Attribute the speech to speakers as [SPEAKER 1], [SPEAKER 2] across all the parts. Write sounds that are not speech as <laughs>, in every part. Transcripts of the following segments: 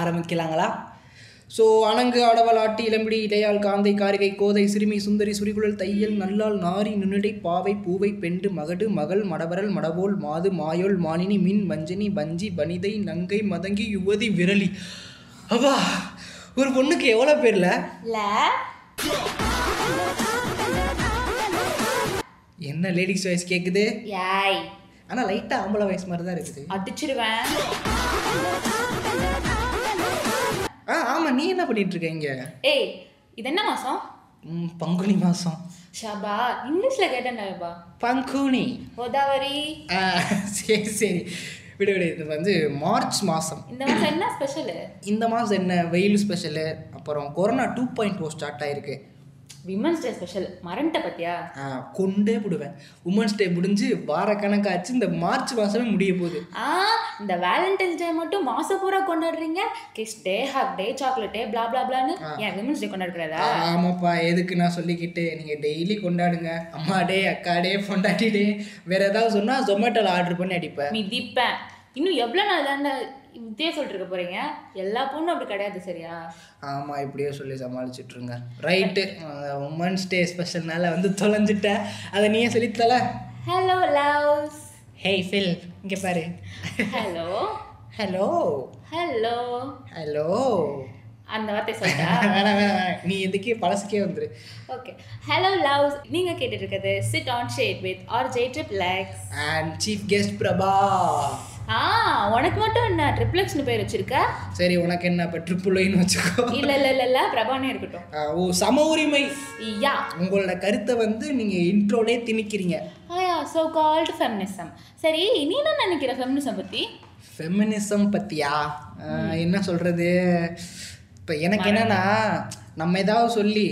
[SPEAKER 1] ஆரம்பிக்கலாங்களா ஸோ அணங்கு ஆடவல் ஆட்டி இளம்பிடி இடையால் காந்தை காரிகை கோதை சிறுமி சுந்தரி சுரிகுழல் தையல் நல்லால் நாரி நுண்ணிடை பாவை பூவை பெண்டு மகடு மகள் மடவரல் மடவோல் மாது மாயோல் மானினி மின் வஞ்சனி வஞ்சி வனிதை நங்கை மதங்கி யுவதி விரலி அப்பா ஒரு பொண்ணுக்கு எவ்வளோ பேர்ல
[SPEAKER 2] ல
[SPEAKER 1] என்ன லேடிஸ் வாய்ஸ் கேட்குது
[SPEAKER 2] யாய்
[SPEAKER 1] ஆனால் லைட்டாக ஆம்பளை வாய்ஸ் மாதிரி தான் இருக்குது
[SPEAKER 2] அடிச்சிருவேன்
[SPEAKER 1] ஆ ஆமாம் நீ என்ன பண்ணிட்டு இருக்க இங்க
[SPEAKER 2] ஏய் இது என்ன மாசம்
[SPEAKER 1] ம், பங்குனி மாதம்
[SPEAKER 2] ஷபா இங்கிலீஷ்ல கேட்டேன்டா
[SPEAKER 1] பங்குனி
[SPEAKER 2] கோதாவரி
[SPEAKER 1] ஆ, சரி சரி விடு விடு இது வந்து மார்ச் மாதம்
[SPEAKER 2] இந்த மாசம் என்ன ஸ்பெஷலு
[SPEAKER 1] இந்த மாதம் என்ன வெயில் ஸ்பெஷலு அப்புறம் corona two point two start oh ஆயிருக்கு
[SPEAKER 2] விமன்ஸ் டே ஸ்பெஷல் மறந்துட்ட பத்தியா
[SPEAKER 1] ஆ, கொண்டே விடுவேன் உமன்ஸ் டே முடிஞ்சு வார கணக்காச்சு இந்த மார்ச் மாதமே முடிய போகுது
[SPEAKER 2] ஆ இந்த வேலண்டைன்ஸ் டே மட்டும் மாசம் பூரா கொண்டாடுறீங்க kiss day hug day chocolate day பிளா பிளா பிளான்னு ஏன் விமன்ஸ் டே கொண்டாடுறதா
[SPEAKER 1] ஆ, ஆமாப்பா எதுக்கு நான் சொல்லிக்கிட்டு நீங்கள் டெய்லி கொண்டாடுங்க அம்மா டே அக்கா டே பொண்டாட்டி டே வேற ஏதாவது சொன்னால் ஜொமேட்டோவில் ஆர்டர் பண்ணி அடிப்பேன்
[SPEAKER 2] மிதிப்பேன் இன்னும் எவ்வளோ நாள் தானே இதே சொல்லிட்டு இருக்க போறீங்க எல்லா பொண்ணும் அப்படி கிடையாது சரியா
[SPEAKER 1] ஆமாம் இப்படியே சொல்லி சமாளிச்சுட்ருங்க ரைட்டு உமன்ஸ் டே ஸ்பெஷல்னால வந்து தொலைஞ்சிட்டேன் அதை நீயே சொல்லித்தல
[SPEAKER 2] ஹலோ லவ்ஸ்
[SPEAKER 1] ஹேய் ஃபில் இங்கே பாரு
[SPEAKER 2] ஹலோ
[SPEAKER 1] ஹலோ
[SPEAKER 2] ஹலோ
[SPEAKER 1] ஹலோ
[SPEAKER 2] அந்த வார்த்தை சொல்லிட்டா
[SPEAKER 1] வேணாம் வேணாம் வேணாம். நீ எதுக்கே பழசுக்கே வந்துரு
[SPEAKER 2] ஓகே ஹலோ லவ்ஸ் நீங்க கேட்டுட்டு இருக்கிறது sit on shade with R J triplex
[SPEAKER 1] and chief guest Prabha
[SPEAKER 2] ஆ உனக்கு மட்டும் என்ன ட்ரிப்ளெக்ஸ்னு பேர் வச்சிருக்க
[SPEAKER 1] சரி உனக்கு என்ன இப்போ ட்ரிப்புள் ஒயின்னு வச்சுக்கோ
[SPEAKER 2] இல்ல இல்ல இல்ல இல்ல பிரபானே இருக்கட்டும்
[SPEAKER 1] ஆ, ஓ சம உரிமை
[SPEAKER 2] யா
[SPEAKER 1] உங்களோட கருத்தை வந்து நீங்கள் இன்ட்ரோலே திணிக்கிறீங்க
[SPEAKER 2] ஆயா ஸோ கால்டு ஃபெமினிசம் சரி நீ என்ன நினைக்கிற ஃபெமினிசம் பத்தி
[SPEAKER 1] ஃபெமினிசம் பற்றியா என்ன சொல்கிறது இப்போ எனக்கு என்னன்னா நம்ம ஏதாவது சொல்லி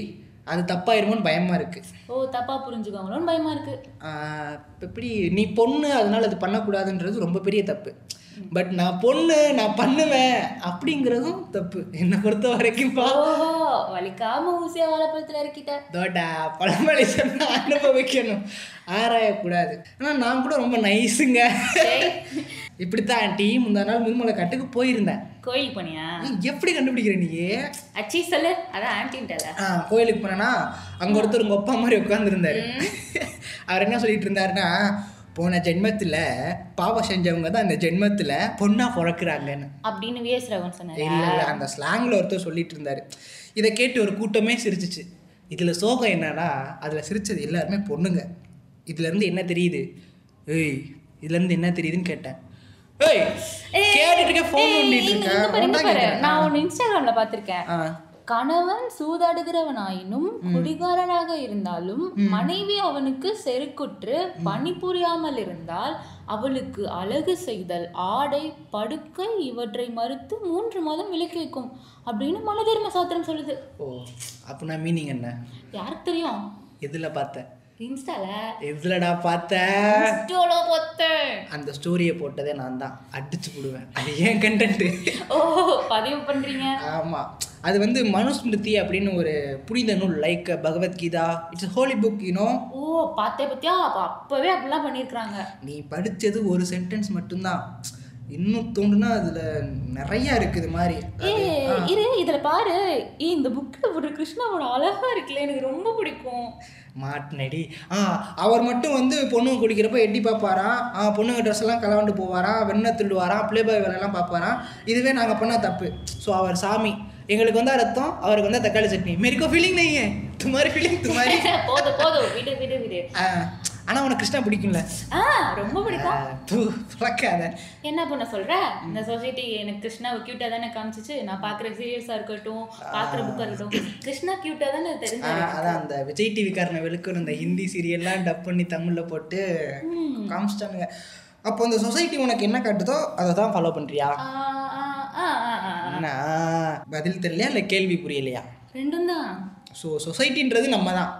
[SPEAKER 1] அது தப்பாயிருமோன்னு பயமாக இருக்குது
[SPEAKER 2] ஓ தப்பா புரிஞ்சுக்கோங்களோன்னு பயமா இருக்கு
[SPEAKER 1] இப்போ எப்படி நீ பொண்ணு அதனால் அது பண்ணக்கூடாதுன்றது ரொம்ப பெரிய தப்பு பட் நான் பொண்ணு நான் பண்ணுவேன் அப்படிங்கிறதும் தப்பு என்னை பொறுத்த வரைக்கும் பா
[SPEAKER 2] ஓஹோ வலிக்காம ஊசியா வாழைப்பழத்துல இருக்கிட்ட
[SPEAKER 1] தோட்டா பழமொழி சொன்னா அனுபவிக்கணும் ஆராயக்கூடாது ஆனால் நான் கூட ரொம்ப நைஸுங்க
[SPEAKER 2] சரி
[SPEAKER 1] இப்படித்தான் ஆண்டி முந்தா நாள் முதுமலை கட்டுக்கு போயிருந்தேன்
[SPEAKER 2] கோயிலுக்கு போனியா
[SPEAKER 1] நீ எப்படி கண்டுபிடிக்கிற நீ
[SPEAKER 2] அச்சி சொல்லு அதான் ஆன்டின்ட்டல
[SPEAKER 1] ஆ, கோயிலுக்கு போனேன்னா அங்கே ஒருத்தர் உங்கள் அப்பா மாதிரி உட்காந்துருந்தாரு <laughs> அவர் என்ன சொல்லிட்டு இருந்தாருன்னா போன ஜென்மத்தில் பாவம் செஞ்சவங்க தான் இந்த ஜென்மத்தில் பொண்ணாக பிறக்கிறாங்கன்னு
[SPEAKER 2] அப்படின்னு விஎஸ் ரவன் சொன்னாரு
[SPEAKER 1] இல்லை இல்லை அந்த ஸ்லாங்கில் ஒருத்தர் சொல்லிட்டு இருந்தாரு இதை கேட்டு ஒரு கூட்டமே சிரிச்சிச்சு இதில் சோகம் என்னன்னா அதில் சிரிச்சது எல்லாருமே பொண்ணுங்க இதுலேருந்து என்ன தெரியுது ஏய் இதுலேருந்து என்ன தெரியுதுன்னு கேட்டேன் ஏய் கேட்டுட்டு இருக்க ஃபோன் பண்ணிட்டு
[SPEAKER 2] இங்க பாரு, இங்க பாரு.
[SPEAKER 1] இருக்கேன்
[SPEAKER 2] நான் ஒன்னு இன்ஸ்டாகிராம்ல பாத்திருக்கேன்
[SPEAKER 1] ஆ
[SPEAKER 2] கணவன் சூதாடுகிறவனாயினும் குடிகாரனாக இருந்தாலும் மனைவி அவனுக்கு செருக்குற்று பணிபுரியாமல் இருந்தால் அவளுக்கு அழகு செய்தல் ஆடை படுக்கை இவற்றை மறுத்து மூன்று மாதம் விலக்கி வைக்கும் அப்படின்னு மனதர்ம சாத்திரம் சொல்லுது
[SPEAKER 1] ஓ அப்படின்னா மீனிங் என்ன
[SPEAKER 2] யாருக்கு தெரியும்
[SPEAKER 1] எதில் பார்த்தேன்
[SPEAKER 2] இன்ஸ்டால
[SPEAKER 1] எதுலடா பார்த்தேன்
[SPEAKER 2] இன்ஸ்டால பார்த்தேன்
[SPEAKER 1] அந்த ஸ்டோரியை போட்டதே நான் தான் அடிச்சு போடுவேன் அது ஏன் கண்டென்ட்டு
[SPEAKER 2] ஓ பதிவு பண்றீங்க
[SPEAKER 1] ஆமாம் அது வந்து மனுஸ்மிருதி அப்படின்னு ஒரு புனித நூல் like Bhagavad Gita it's holy book you know
[SPEAKER 2] ஓ பார்த்தே பத்தியா அப்ப அப்பவே அப்படிலாம் பண்ணிருக்காங்க
[SPEAKER 1] நீ படித்தது ஒரு சென்டென்ஸ் மட்டும்தான் இன்னும் தோணுனா அதில் நிறையா இருக்குது மாதிரி
[SPEAKER 2] ஏ இரு இதுல பாரு ஏ இந்த புக்ல ஒரு கிருஷ்ணாவோட அழகா இருக்குல்ல எனக்கு ரொம்ப பிடிக்கும் <laughs>
[SPEAKER 1] மாட்டினடி ஆ அவர் மட்டும் வந்து பொண்ணுங்க குடிக்கிறப்ப எட்டி பார்ப்பாராம் ஆ பொண்ணுங்க ட்ரெஸ் எல்லாம் கலவாண்டு போவாராம் வெண்ணை திருடுவாராம் பிளே பாய் வேலையெல்லாம் பார்ப்பாராம் இதுவே நாங்கள் பண்ண தப்பு ஸோ அவர் சாமி எங்களுக்கு வந்து ரத்தம் அவருக்கு வந்து தக்காளி சட்னி மேரிக்கோ ஃபீலிங் நெய்யே துமாரி ஃபீலிங் துமாரி
[SPEAKER 2] போதும் போதும் விடு விடு விடு
[SPEAKER 1] ஆனால் உனக்கு கிருஷ்ணா பிடிக்கும்ல
[SPEAKER 2] ஆ ரொம்ப பிடிக்கும்
[SPEAKER 1] ஆ, தூ பழக்காத
[SPEAKER 2] என்ன பண்ண சொல்ற இந்த சொசைட்டி எனக்கு கிருஷ்ணா கியூட்டா தானே காமிச்சிச்சு நான் பாக்குற சீரியஸா இருக்கட்டும் பாக்குற புக்கா இருக்கட்டும் கிருஷ்ணா கியூட்டா தானே
[SPEAKER 1] ஆ,
[SPEAKER 2] தெரிஞ்சு
[SPEAKER 1] அதான் அந்த விஜய் டிவிக்காரனை வெளுக்கணும் இந்த ஹிந்தி சீரியல்லாம் டப் பண்ணி தமிழில் போட்டு காமிச்சிட்டானுங்க அப்போ இந்த சொசைட்டி உனக்கு என்ன காட்டுதோ அதை தான் ஃபாலோ பண்ணுறியா
[SPEAKER 2] ஆ, ஆ, ஆ, ஆ, ஆ.
[SPEAKER 1] நான் பதில் தெரியலையா இல்லை கேள்வி புரியலையா
[SPEAKER 2] ரெண்டும் தான்
[SPEAKER 1] ஸோ சொசைட்டின்றது நம்ம தான்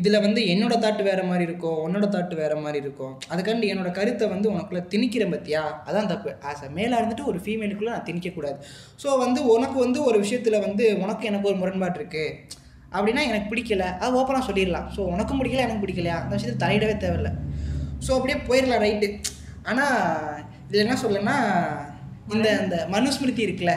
[SPEAKER 1] இதில் வந்து என்னோட தாட் வேறு மாதிரி இருக்கும் உன்னோட தாட் வேறு மாதிரி இருக்கும் அதுக்காண்டி என்னோட கருத்தை வந்து உனக்குள்ளே திணிக்கிற பத்தியா அதான் தப்பு ஆஸ் அ மேலாக இருந்துட்டு ஒரு ஃபீமேலுக்குள்ளே நான் திணிக்கக்கூடாது ஸோ வந்து உனக்கு வந்து ஒரு விஷயத்தில் வந்து உனக்கு எனக்கு ஒரு முரண்பாடு இருக்குது அப்படின்னா எனக்கு பிடிக்கல அது ஓப்பனாக சொல்லிடலாம் ஸோ உனக்கும் பிடிக்கல எனக்கு பிடிக்கலையா அந்த விஷயத்தில் தலையிடவே தேவையில்லை ஸோ அப்படியே போயிடலாம் ரைட்டு ஆனால் இதில் என்ன சொல்லணும்னா இந்த அந்த மனுஸ்மிருதி இருக்குல்ல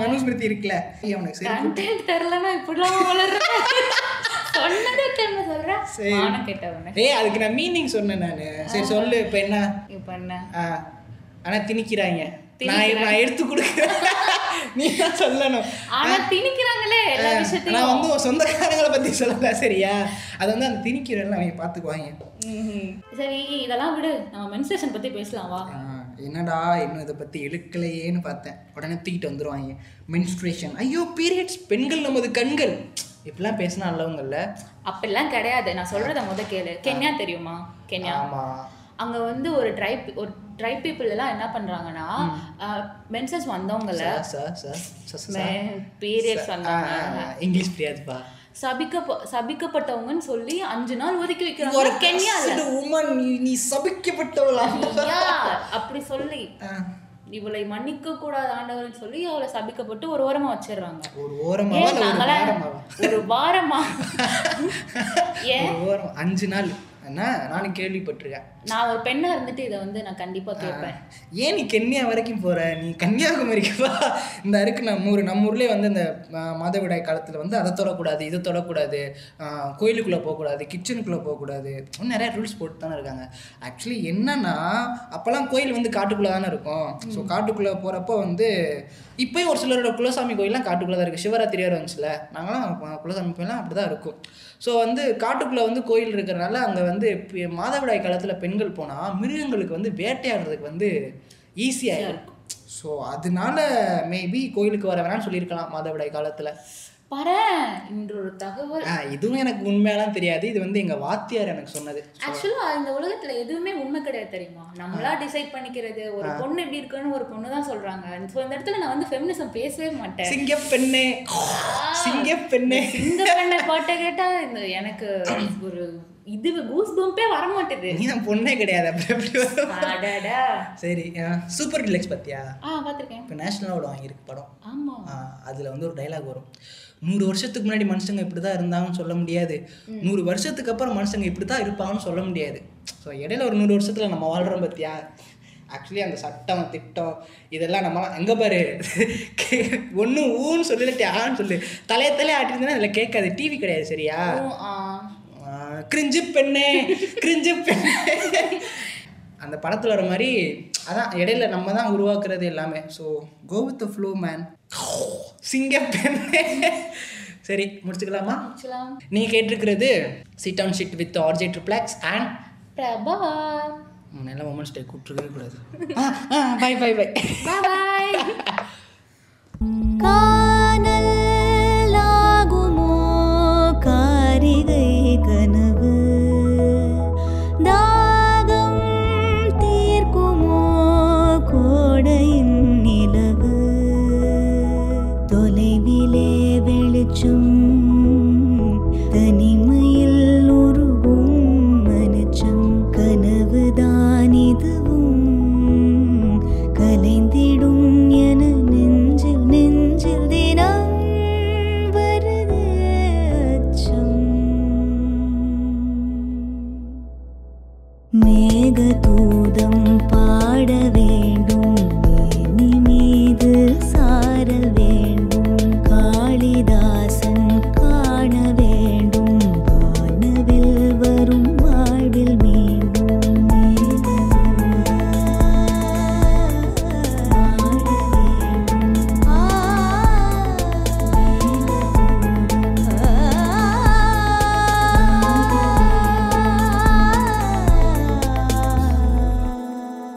[SPEAKER 1] மனுஸ்மிருதி இருக்குல்ல ஏய், அவனுக்கு சரி
[SPEAKER 2] கண்டென்ட் தெரியலன்னா இப்படிலாம் வளர்றேன் <laughs> சொன்னதே தெரியல சொல்றேன்
[SPEAKER 1] சரி.
[SPEAKER 2] மானம் கேட்டவன
[SPEAKER 1] ஏய் அதுக்கு நான் மீனிங் சொன்னேன் நானு சரி சொல்லு இப்போ என்ன
[SPEAKER 2] இப்ப என்ன
[SPEAKER 1] ஆ, ஆனா திணிக்கிறாங்க நான் நான் எடுத்து கொடுக்குறேன் நீ தான் சொல்லணும்
[SPEAKER 2] ஆனா திணிக்கிறாங்களே எல்லா விஷயத்தையும்
[SPEAKER 1] நான் வந்து உன் சொந்தக்காரங்களை பத்தி சொல்லல சரியா அது வந்து அந்த திணிக்கிறேன்னு அவங்க பாத்துக்குவாங்க
[SPEAKER 2] ம்ஹும். சரி இதெல்லாம் விடு நம்ம மென்ஸ்ட்ரேஷன் பத்தி பேசலாம் வா
[SPEAKER 1] ஆ, என்னடா இன்னும் இதை பத்தி இழுக்கலையேன்னு பார்த்தேன் உடனே தூக்கிட்டு வந்துருவாங்க மென்ஸ்ட்ரேஷன் ஐயோ பீரியட்ஸ் பெண்கள் நமது கண்கள் இப்படிலாம் பேசினா நல்லவங்கல்ல
[SPEAKER 2] அப்படிலாம் கிடையாது நான் சொல்றத முத கேளு கென்யா தெரியுமா கென்யா
[SPEAKER 1] ஆமா
[SPEAKER 2] அங்க வந்து ஒரு ட்ரைப் ஒரு ட்ரைப் பீப்புள் எல்லாம் என்ன பண்றாங்கன்னா மென்சஸ் வந்தவங்கள
[SPEAKER 1] sir sir sir sir sir
[SPEAKER 2] periods வந்தாங்க
[SPEAKER 1] இங்கிலீஷ் புரியாதுப்பா
[SPEAKER 2] சபிக்க சபிக்கப்பட்டவங்கன்னு சொல்லி அஞ்சு நாள் ஒதுக்கி வைக்கிறாங்க கென்யால
[SPEAKER 1] உமன் நீ சபிக்கப்பட்டவளா
[SPEAKER 2] <laughs> யா, அப்படி சொல்லி
[SPEAKER 1] ஆ,
[SPEAKER 2] இவளை மன்னிக்க கூடாது ஆண்டவர்னு சொல்லி அவளை சபிக்கப்பட்டு ஒரு ஓரமா வச்சிடுறாங்க
[SPEAKER 1] ஒரு ஓரமாவா
[SPEAKER 2] ஏன்
[SPEAKER 1] இல்ல ஒரு
[SPEAKER 2] நாங்களா?
[SPEAKER 1] வாரமாவா
[SPEAKER 2] ஒரு வாரமா
[SPEAKER 1] <laughs>
[SPEAKER 2] ஏன்
[SPEAKER 1] ஒரு ஓரம் அஞ்சு நாள் அண்ணா நானும் கேள்விப்பட்டிருக்கேன்
[SPEAKER 2] நான் ஒரு பெண்ணா இருந்துட்டு இதை வந்து நான் கண்டிப்பா கேட்பேன்
[SPEAKER 1] ஏன் நீ கன்னியா வரைக்கும் போற நீ கன்னியாகுமரிக்கு வா இந்த இருக்கு நம்ம ஊர் நம்ம ஊர்லயே வந்து இந்த அஹ், மாதவிடாய் காலத்துல வந்து அதை தொடக்கூடாது இதை தொடக்கூடாது அஹ், கோயிலுக்குள்ள போகக்கூடாது கிச்சனுக்குள்ள போகக்கூடாது இன்னும் நிறைய ரூல்ஸ் போட்டு தானே இருக்காங்க ஆக்சுவலி என்னன்னா அப்பெல்லாம் கோயில் வந்து காட்டுக்குள்ள தானே இருக்கும் ஸோ காட்டுக்குள்ள போறப்போ வந்து இப்பயும் ஒரு சிலரோட குலசாமி கோயிலாம் காட்டுக்குள்ள தான் இருக்கு சிவராத்திரியார் வந்துச்சுல நாங்களாம் ப- குலசாமி கோயிலாம் அப்படி தான் இருக்கும் ஸோ வந்து காட்டுக்குள்ள வந்து கோயில் இருக்கிறனால அங்கே வந்து பி- மாதவிடாய் காலத்துல பெண்கள் போனா மிருகங்களுக்கு வந்து வேட்டையாடுறதுக்கு வந்து ஈஸியாக இருக்கும் ஸோ அதனால மேபி கோயிலுக்கு வர வேணாம்னு சொல்லியிருக்கலாம் மாதவிடாய் காலத்துல
[SPEAKER 2] பாரு இன்று ஒரு தகவல்
[SPEAKER 1] ஆ, இதுவும் எனக்கு உண்மையெல்லாம் தெரியாது இது வந்து எங்க வாத்தியார் எனக்கு சொன்னது
[SPEAKER 2] ஆக்சுவலா இந்த உலகத்துல எதுவுமே உண்மை கிடையாது தெரியுமா நம்மளா டிசைட் பண்ணிக்கிறது ஒரு பொண்ணு எப்படி இருக்குன்னு ஒரு பொண்ணு தான் சொல்றாங்க சோ இந்த இடத்துல நான் வந்து ஃபெமினிசம் பேசவே மாட்டேன்
[SPEAKER 1] சிங்க பெண்ணே சிங்க பெண்ணே
[SPEAKER 2] இந்த பெண்ணை பாட்டை கேட்டா இந்த எனக்கு ஒரு இது கூஸ் பம்பே வர மாட்டேது
[SPEAKER 1] நீ தான் பொண்ணே கிடையாது அப்புறம் எப்படி வரும்?
[SPEAKER 2] அடடா
[SPEAKER 1] சரி சூப்பர் டிலக்ஸ் பத்தியா
[SPEAKER 2] ஆ பாத்திருக்கேன்
[SPEAKER 1] இப்போ நேஷனல் அவார்டு வாங்கியிருக்கு படம்
[SPEAKER 2] ஆமா
[SPEAKER 1] ஆஹ் அதுல வந்து ஒரு டைலாக் வரும் நூறு வருஷத்துக்கு முன்னாடி மனுஷங்க இப்படி தான் இருந்தாங்கன்னு சொல்ல முடியாது நூறு வருஷத்துக்கு அப்புறம் மனுஷங்க இப்படி தான் இருப்பாங்கன்னு சொல்ல முடியாது ஸோ இடையில ஒரு நூறு வருஷத்துல நம்ம வாழ்றோம் பத்தியா ஆக்சுவலி அந்த சட்டம் திட்டம் இதெல்லாம் நம்மலாம் எங்க பாரு <laughs> ஒன்று ஊன்னு சொல்லல ஆன்னு சொல்லு தலைய தலையே ஆட்டிருந்தேன்னா அதில் கேட்காது டிவி கிடையாது சரியா
[SPEAKER 2] ஓ, ஆ.
[SPEAKER 1] ஆஹ் கிரிஞ்சு பெண்ணே கிரிஞ்சு பெண்ணே அந்த படத்தில் வர மாதிரி அதான் இடையில நம்ம தான் உருவாக்குறது எல்லாமே so go with flow man சிங்க பெண்ணே சரி முடிச்சுக்கலாமா
[SPEAKER 2] ஆக்சுவலா
[SPEAKER 1] நீ கேட்டிருக்கிறது sit on shit with RJ triplex and
[SPEAKER 2] Prabha
[SPEAKER 1] நல்லா உமன்ஸ் டே கூப்பிட்டுருக்கவே கூடாது பை பை பை
[SPEAKER 2] பாய் பாய்